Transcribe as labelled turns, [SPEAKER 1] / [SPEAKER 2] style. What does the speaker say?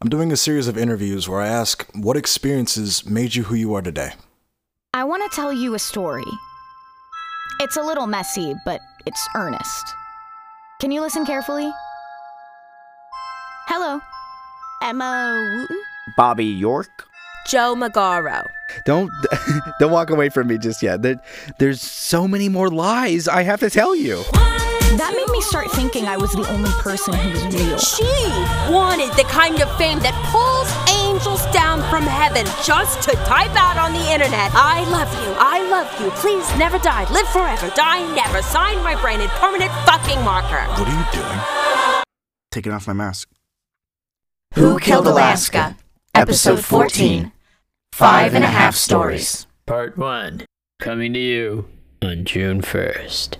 [SPEAKER 1] I'm doing a series of interviews where I ask what experiences made you who you are today.
[SPEAKER 2] I want to tell you a story. It's a little messy, but it's earnest. Can you listen carefully? Hello. Emma Wooten?
[SPEAKER 3] Bobby York.
[SPEAKER 4] Joe Magaro.
[SPEAKER 3] Don't don't walk away from me just yet. There, there's so many more lies I have to tell you.
[SPEAKER 2] That made me start thinking I was the only person who was real.
[SPEAKER 4] She wanted the kind of fame that pulls angels down from heaven just to type out on the internet. I love you. I love you. Please never die. Live forever. Die never. Sign my brain in permanent fucking marker.
[SPEAKER 1] What are you doing?
[SPEAKER 5] Taking off my mask.
[SPEAKER 6] Who Killed Alaska? Episode 14. Five and a half stories.
[SPEAKER 7] Part 1. Coming to you on June 1st.